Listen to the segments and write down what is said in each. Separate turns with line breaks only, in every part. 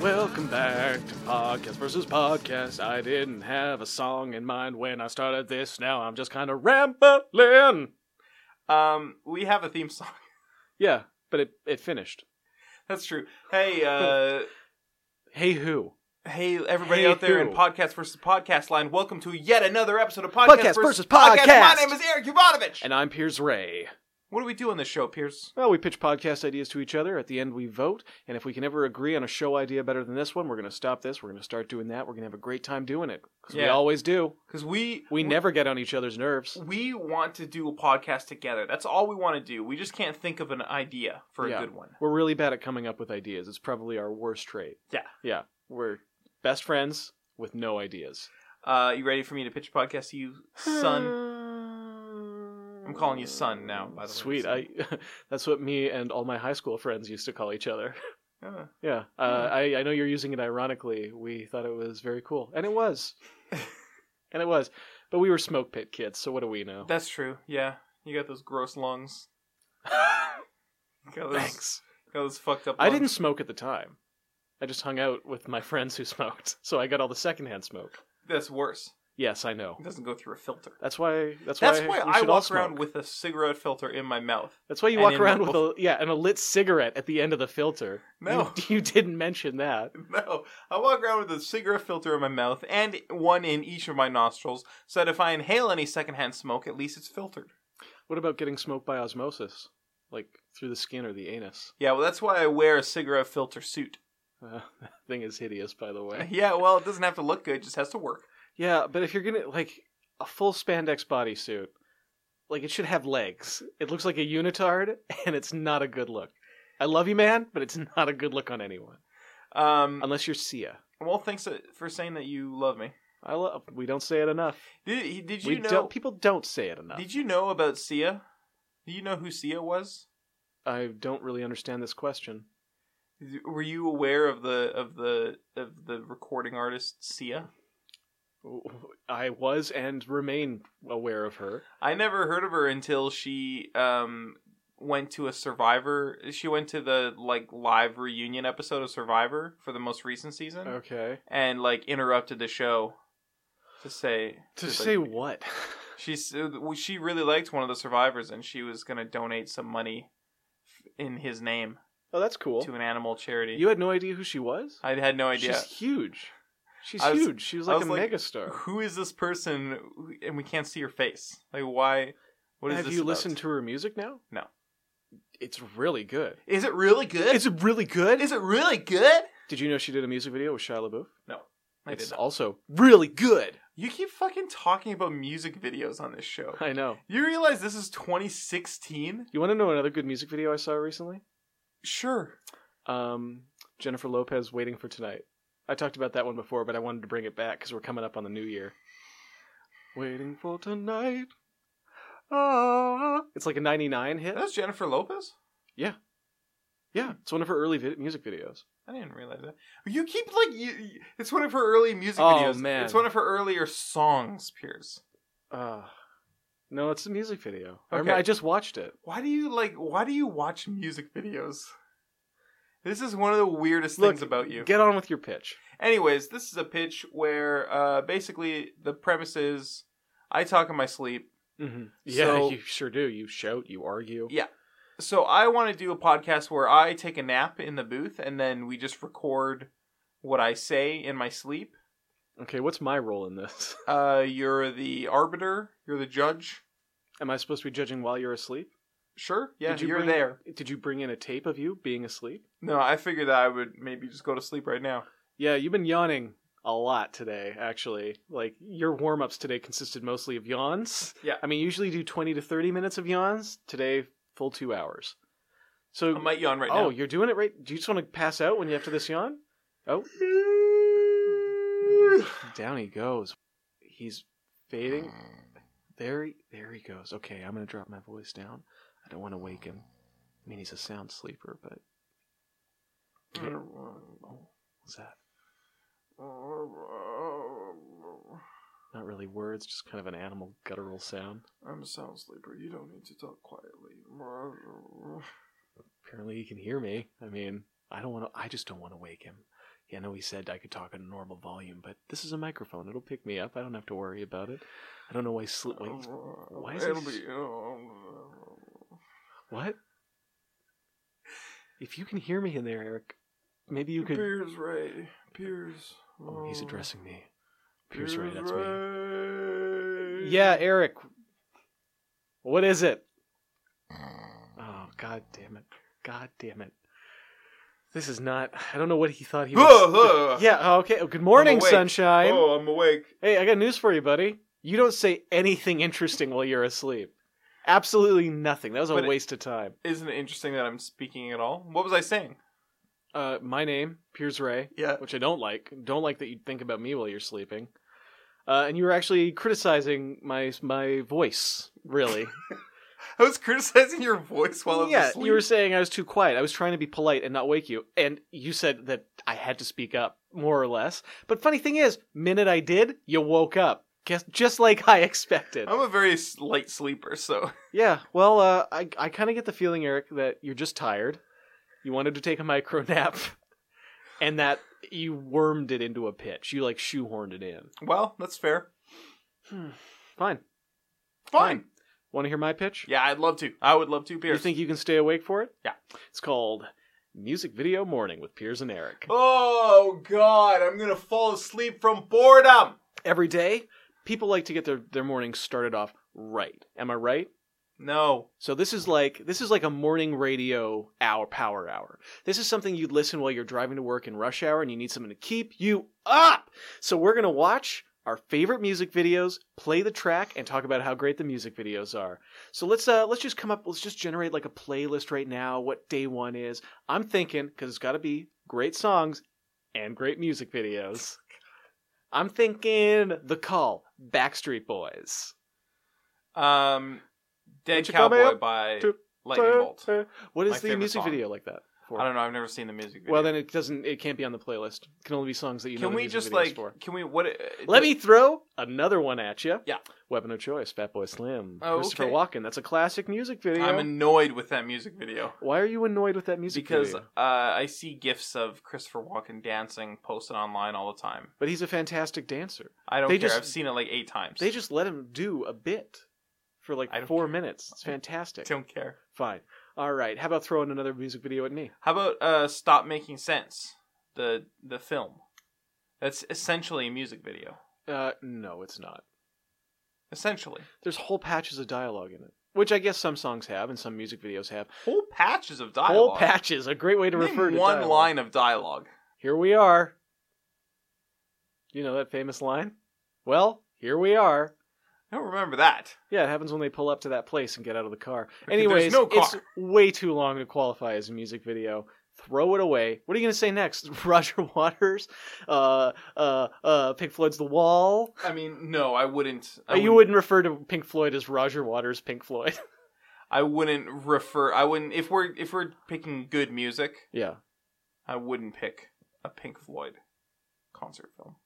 Welcome back to Podcast versus Podcast. I didn't have a song in mind when I started this. Now I'm just kind of rambling.
Um, we have a theme song.
Yeah, but it, it finished.
That's true. Hey, uh,
Hey who?
hey, everybody
Hey,
out there
who?
in podcast versus podcast land, welcome to yet another episode of podcast,
Podcast versus
My
podcast.
name is Eric Yovanovich.
And I'm Piers Ray.
what do we do on this show, Pierce?
Well, we pitch podcast ideas to each other. At the end, we vote. And if we can ever agree on a show idea better than this one, we're going to stop this. We're going to start doing that. We're going to have a great time doing it. Because we
Yeah.
always do.
Because we
We never get on each other's nerves.
we want to do a podcast together. That's all we want to do. We just can't think of an idea for a
Yeah.
good one.
We're really bad at coming up with ideas. It's probably our worst trait.
Yeah.
Yeah. We're best friends with no ideas.
Uh, you ready for me to pitch a podcast to you, son?
I'm
I'm calling you son now. By the way,
Sweet. I that's what me and all my high school friends used to call each other.
Uh,
Yeah. Uh, I, I know you're using it ironically. We thought it was very cool. And it was. and it was. But we were smoke pit kids, so what do we know?
that's true. Yeah, you got those gross lungs. You got those,
Thanks.
Got those fucked up.
I
lungs.
didn't smoke at the time. I just hung out with my friends who smoked, so I got all the secondhand smoke.
That's worse.
Yes, I know.
It doesn't go through a filter.
That's why. That's,
That's
why,
why
we
I
should all
walk
smoke.
around with a cigarette filter in my mouth.
That's why you
and
walk
in
around
my-
with a yeah and a lit cigarette at the end of the filter.
No.
you, you didn't mention that.
No, I walk around with a cigarette filter in my mouth and one in each of my nostrils, so that if I inhale any secondhand smoke, at least it's filtered.
What about getting smoked by osmosis, like through the skin or the anus?
Yeah, well, that's why I wear a cigarette filter suit.
Uh, that thing is hideous, by the way.
Yeah, well, it doesn't have to look good; it just has to work.
Yeah, but if you're gonna like a full spandex bodysuit, like it should have legs. It looks like a unitard, and it's not a good look. I love you, man, but it's not a good look on anyone
Um,
unless you're Sia.
well, thanks uh, for saying that you love me.
I love. We don't say it enough.
Did, did
we
you know?
don't. People don't say it enough.
Did you know about Sia? Do you know who Sia was?
I don't really understand this question.
Were you aware of the of the of the recording artist Sia?
I was and remain aware of her.
I never heard of her until she um went to a Survivor. She went to the like live reunion episode of Survivor for the most recent season,
Okay.
and like interrupted the show to say
To
like,
say what?
she said- well, she really liked one of the survivors, and she was gonna donate some money f- in his name
Oh, that's cool.
to an animal charity.
You had no idea who she was?
I had no idea.
She's huge. She's
I was-
huge. She was
I
like
was
a
like,
megastar.
Who is this person? And we can't see her face. Like why? What is
Have
this?
you
about?
listened to her music now?
No.
It's really good.
Is it really good?
It's really good.
is it really good?
Did you know she did a music video with Shia LaBeouf?
I
it's
did not.
also really good.
You keep fucking talking about music videos on this show.
I know.
You realize this is 2016?
You want to know another good music video I saw recently?
Sure.
Um, Jennifer Lopez waiting for tonight. I talked about that one before, but I wanted to bring it back because we're coming up on the new year. Waiting for tonight. Ah. It's like a 99 hit.
That's Jennifer Lopez?
Yeah, it's one of her early vid- music videos.
I didn't realize that. You keep like you, you- it's one of her early music
Oh,
videos.
man.
It's one of her earlier songs, Piers.
Uh, no, it's a music video. I,
Okay.
remember, I just watched it.
Why do you like why do you watch music videos? This is one of the weirdest
Look,
things about you.
Get on with your pitch.
Anyways, this is a pitch where uh basically the premise is I talk in my sleep
Mm-hmm. Yeah,
So-
you sure do. You shout, you argue.
Yeah. So I want to do a podcast where I take a nap in the booth and then we just record what I say in my sleep.
Okay, what's my role in this?
Uh, you're the arbiter. You're the judge.
Am I supposed to be judging while you're asleep?
Sure. Yeah,
Did you
you are
bring-
there.
Did you bring in a tape of you being asleep?
No, I figured that I would maybe just go to sleep right now.
Yeah, you've been yawning a lot today, actually. Like, your warm ups today consisted mostly of yawns.
Yeah.
I mean, you usually do 20 to 30 minutes of yawns. Today, full two hours. So,
I might yawn right
oh,
now.
you're doing it right? Do you just want to pass out when you after this yawn? Oh, down he goes. He's fading. There, he, there he goes. Okay, I'm gonna drop my voice down. I don't want to wake him. I mean, he's a sound sleeper, but what's that? Not really words, just kind of an animal guttural sound.
I'm a sound sleeper. You don't need to talk quietly.
Apparently, he can hear me. I mean, I don't want to. I just don't want to wake him. Yeah, I know he said I could talk at a normal volume, but this is a microphone. It'll pick me up. I don't have to worry about it. I don't know why Sli- wait,
Oh.
why is
It'll
this-
be. oh, uh,
What? If you can hear me in there, Eric, maybe you could.
Piers Ray. Piers.
Oh, he's addressing me. Pierce Ray,
Piers
that's me.
Ray.
Yeah, Eric. What is it? Oh, god damn it. God damn it. This is not. I don't know what he thought he was. yeah, oh, okay. Oh, good morning,
awake.
sunshine.
Oh, I'm awake.
Hey, I got news for you, buddy. You don't say anything interesting while you're asleep. Absolutely nothing. That was a
But it-
waste of time.
Isn't it interesting that I'm speaking at all? What was I saying?
Uh, my name, Piers Ray.
Yeah.
which I don't like. Don't like that you think about me while you're sleeping. Uh, and you were actually criticizing my my voice, really.
I was criticizing your voice while I was
yeah,
asleep.
you were saying I was too quiet. I was trying to be polite and not wake you. And you said that I had to speak up, more or less. But funny thing is, minute I did, you woke up. Guess, just like I expected.
I'm a very s- light sleeper, so
Yeah, well, uh, I, I kind of get the feeling, Eric, that you're just tired. You wanted to take a micro nap, and that you wormed it into a pitch. You, like, shoehorned it in.
well, that's fair.
Fine.
Fine.
Fine. Want to hear my pitch?
Yeah, I'd love to. I would love to, Piers.
You think you can stay awake for it?
Yeah.
It's called Music Video Morning with Piers and Eric.
Oh God, I'm gonna fall asleep from boredom.
Every day, people like to get their, their morning started off right. Am I right?
No.
So this is like this is like a morning radio hour power hour. This is something you'd listen while you're driving to work in rush hour and you need something to keep you up. So we're going to watch our favorite music videos, play the track and talk about how great the music videos are. So let's uh let's just come up let's just generate like a playlist right now what day 1 is. I'm thinking cuz it's got to be great songs and great music videos. I'm thinking The Call, Backstreet Boys.
Um, Dead
Don't you call me
Cowboy
up
by
to-
Lightning Bolt.
What
My
is the
favorite
music
song.
video like that? for?
I don't know. I've never seen the music video.
Well, then it doesn't. It can't be on the playlist. It can only be songs that you know.
can
the
we
music
just
videos
like?
For.
Can we? What? uh,
Let me throw another one at you.
Yeah.
Weapon of choice, Fat Boy Slim,
Oh,
Christopher
okay.
Walken. That's a classic music video.
I'm annoyed with that music video
Why are you annoyed with that music
because uh,
video?
I see gifs of Christopher Walken dancing posted online all the time.
But he's a fantastic dancer.
I don't
They
care.
just-
I've seen it like eight times.
They just let him do a bit for like
I don't
four
care.
minutes. It's fantastic.
don't care.
Fine. All right. How about throwing another music video at me?
How about uh, "Stop Making Sense"? The the film. That's essentially a music video.
Uh, no, it's not.
Essentially,
There's whole patches of dialogue in it, which I guess some songs have and some music videos have.
whole patches of dialogue.
Whole patches, a great way to
Name
refer to
one
dialogue.
line of dialogue.
here we are. You know that famous line? Well, here we are.
I don't remember that.
Yeah, it happens when they pull up to that place and get out of the car.
Okay, there's
Anyways,
no car.
it's way too long to qualify as a music video. Throw it away. What are you going to say next? Roger Waters, uh, uh, uh, Pink Floyd's The Wall.
I mean, no, I wouldn't. I
you wouldn't refer to Pink Floyd as Roger Waters Pink Floyd.
I wouldn't refer. I wouldn't. If we're if we're picking good music,
yeah.
I wouldn't pick a Pink Floyd concert film.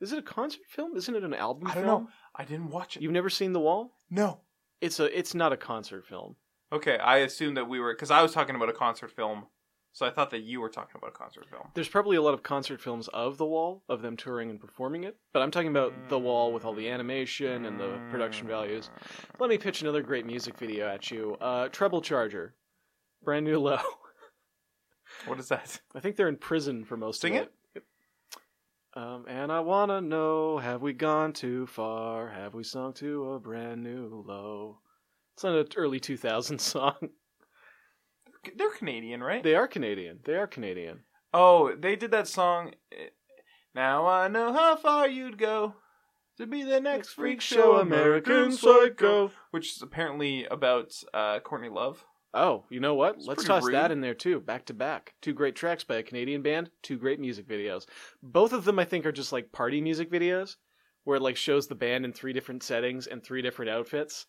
Is it a concert film? Isn't it an album
I don't
film?
know. I didn't watch it.
You've never seen The Wall?
no.
It's a. It's not a concert film.
Okay, I assumed that we were because I was talking about a concert film, so I thought that you were talking about a concert film.
There's probably a lot of concert films of The Wall, of them touring and performing it, but I'm talking about The Wall with all the animation and the production values. Let me pitch another great music video at you. Uh, Treble Charger, brand new low.
What is that?
I think they're in prison for most
Sing
of it.
it?
Um, and I wanna know, have we gone too far? Have we sunk to a brand new low? It's an early 2000s song.
They're Canadian, right?
They are Canadian. They are Canadian.
Oh, they did that song. eh, Now I know how far you'd go to be the next freak show, American Psycho, which is apparently about uh, Courtney Love.
Oh, you know what?
It's
Let's
pretty
toss
rude.
that in there too, back to back. Two great tracks by a Canadian band, two great music videos. Both of them I think are just like party music videos where it like shows the band in three different settings and three different outfits.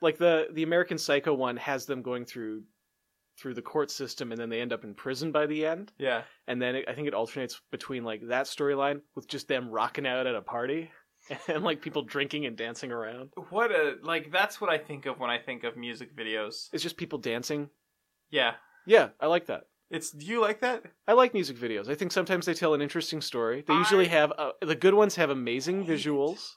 Like the the American Psycho one has them going through through the court system and then they end up in prison by the end.
Yeah,
And then it, I think it alternates between like that storyline with just them rocking out at a party and like people drinking and dancing around.
what a like. That's what I think of when I think of music videos.
It's just people dancing.
Yeah,
Yeah, I like that.
It's do you like that?
I like music videos. I think sometimes they tell an interesting story. They
I-
usually have uh, the good ones have amazing
Hate it.
visuals.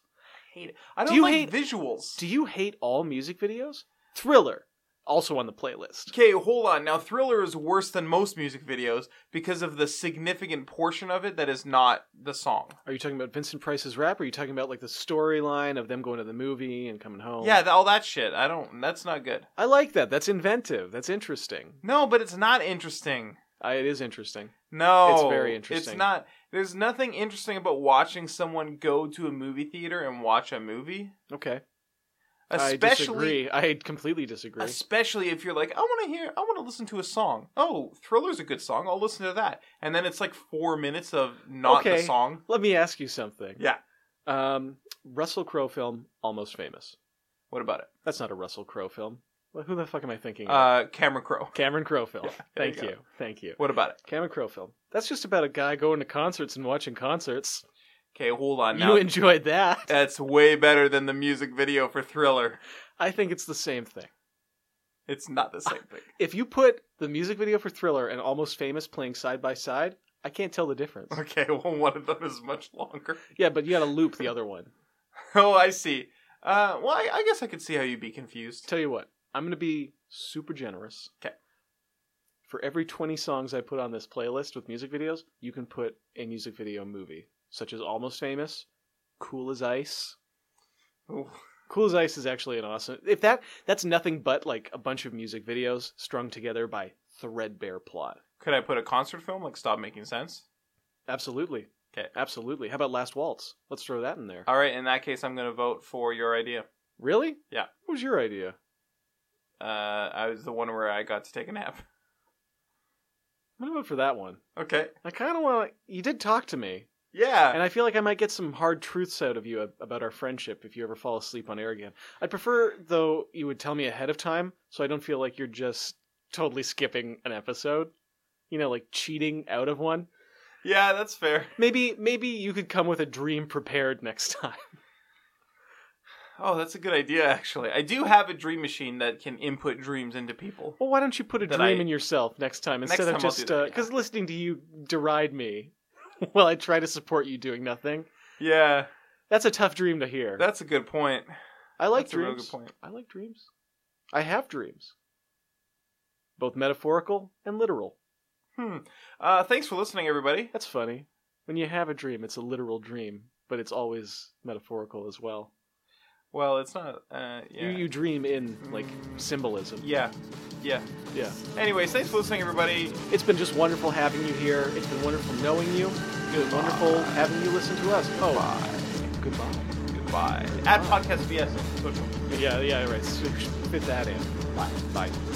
Hate it. I don't
you hate-
like visuals.
Do you hate all music videos? Thriller also on the playlist.
Okay, hold on. Now, Thriller is worse than most music videos because of the significant portion of it that is not the song.
Are you talking about Vincent Price's rap? Or are you talking about like the storyline of them going to the movie and coming home?
Yeah, th- all that shit. I don't. That's not good.
I like that. That's inventive. That's interesting.
No, but it's not interesting.
I, it is interesting.
No,
It's very interesting.
It's not. There's nothing interesting about watching someone go to a movie theater and watch a movie,
Okay, I
especially.
disagree. I completely disagree.
Especially if you're like, I want to hear, I want to listen to a song. Oh, Thriller's a good song. I'll listen to that, and then it's like four minutes of not
Okay.
the song.
Let me ask you something.
Yeah.
Um, Russell Crowe film, Almost Famous.
What about it?
That's not a Russell Crowe film. Well, who the fuck am I thinking? of?
Uh, Cameron Crowe.
Cameron Crowe film.
yeah, there you
Thank
go.
you. Thank you.
What about it?
Cameron Crowe film. That's just about a guy going to concerts and watching concerts.
Okay, hold on Uh, now.
You enjoyed that.
That's way better than the music video for Thriller.
I think it's the same thing.
It's not the same thing.
If you put the music video for Thriller and Almost Famous playing side by side, I can't tell the difference.
Okay, well, one of them is much longer.
Yeah, but you gotta loop the other one.
Oh, I see. Uh, well, I, I guess I could see how you'd be confused.
Tell you what, I'm gonna be super generous.
'Kay.
For every 20 songs I put on this playlist with music videos, you can put a music video movie, such as Almost Famous, Cool as Ice.
Ooh.
Cool as Ice is actually an awesome. If that that's nothing but like a bunch of music videos strung together by threadbare plot.
Could I put a concert film like Stop Making Sense?
Absolutely.
'Kay.
Absolutely. How about Last Waltz? Let's throw that in there.
All right, in that case, I'm going to vote for your idea.
Really?
Yeah.
What was your idea?
Uh, I was the one where I got to take a nap.
I'm gonna vote for that one.
Okay.
I kind of want to. You did talk to me,
Yeah.
and I feel like I might get some hard truths out of you ab- about our friendship if you ever fall asleep on air again. I'd prefer, though, you would tell me ahead of time so I don't feel like you're just totally skipping an episode. You know, like cheating out of one.
Yeah, that's fair.
Maybe, maybe you could come with a dream prepared next time.
Oh, that's a good idea, actually. I do have a dream machine that can input dreams into people.
Well, why don't you put a
That
dream
I-
in yourself next time
Next
instead of
time I'll do
just
that, yeah.
because listening to you deride me while I try to support you doing nothing.
Yeah,
That's a tough dream to hear.
that's a good point.
I like
that's a
dreams.
real good point.
I like dreams. I have dreams. Both metaphorical and literal.
Hmm. Uh, thanks for listening, everybody.
That's funny. When you have a dream, it's a literal dream, but it's always metaphorical as well.
Well, it's not. Uh, yeah.
You, you dream in like symbolism.
yeah. Yeah.
Yeah.
Anyways, thanks for listening, everybody.
It's been just wonderful having you here. It's been wonderful knowing you. It's been wonderful having you listen to us. Oh,
Bye.
goodbye.
Goodbye. At Podcast VS on social.
Yeah, yeah, right. Fit that in. Bye. Bye.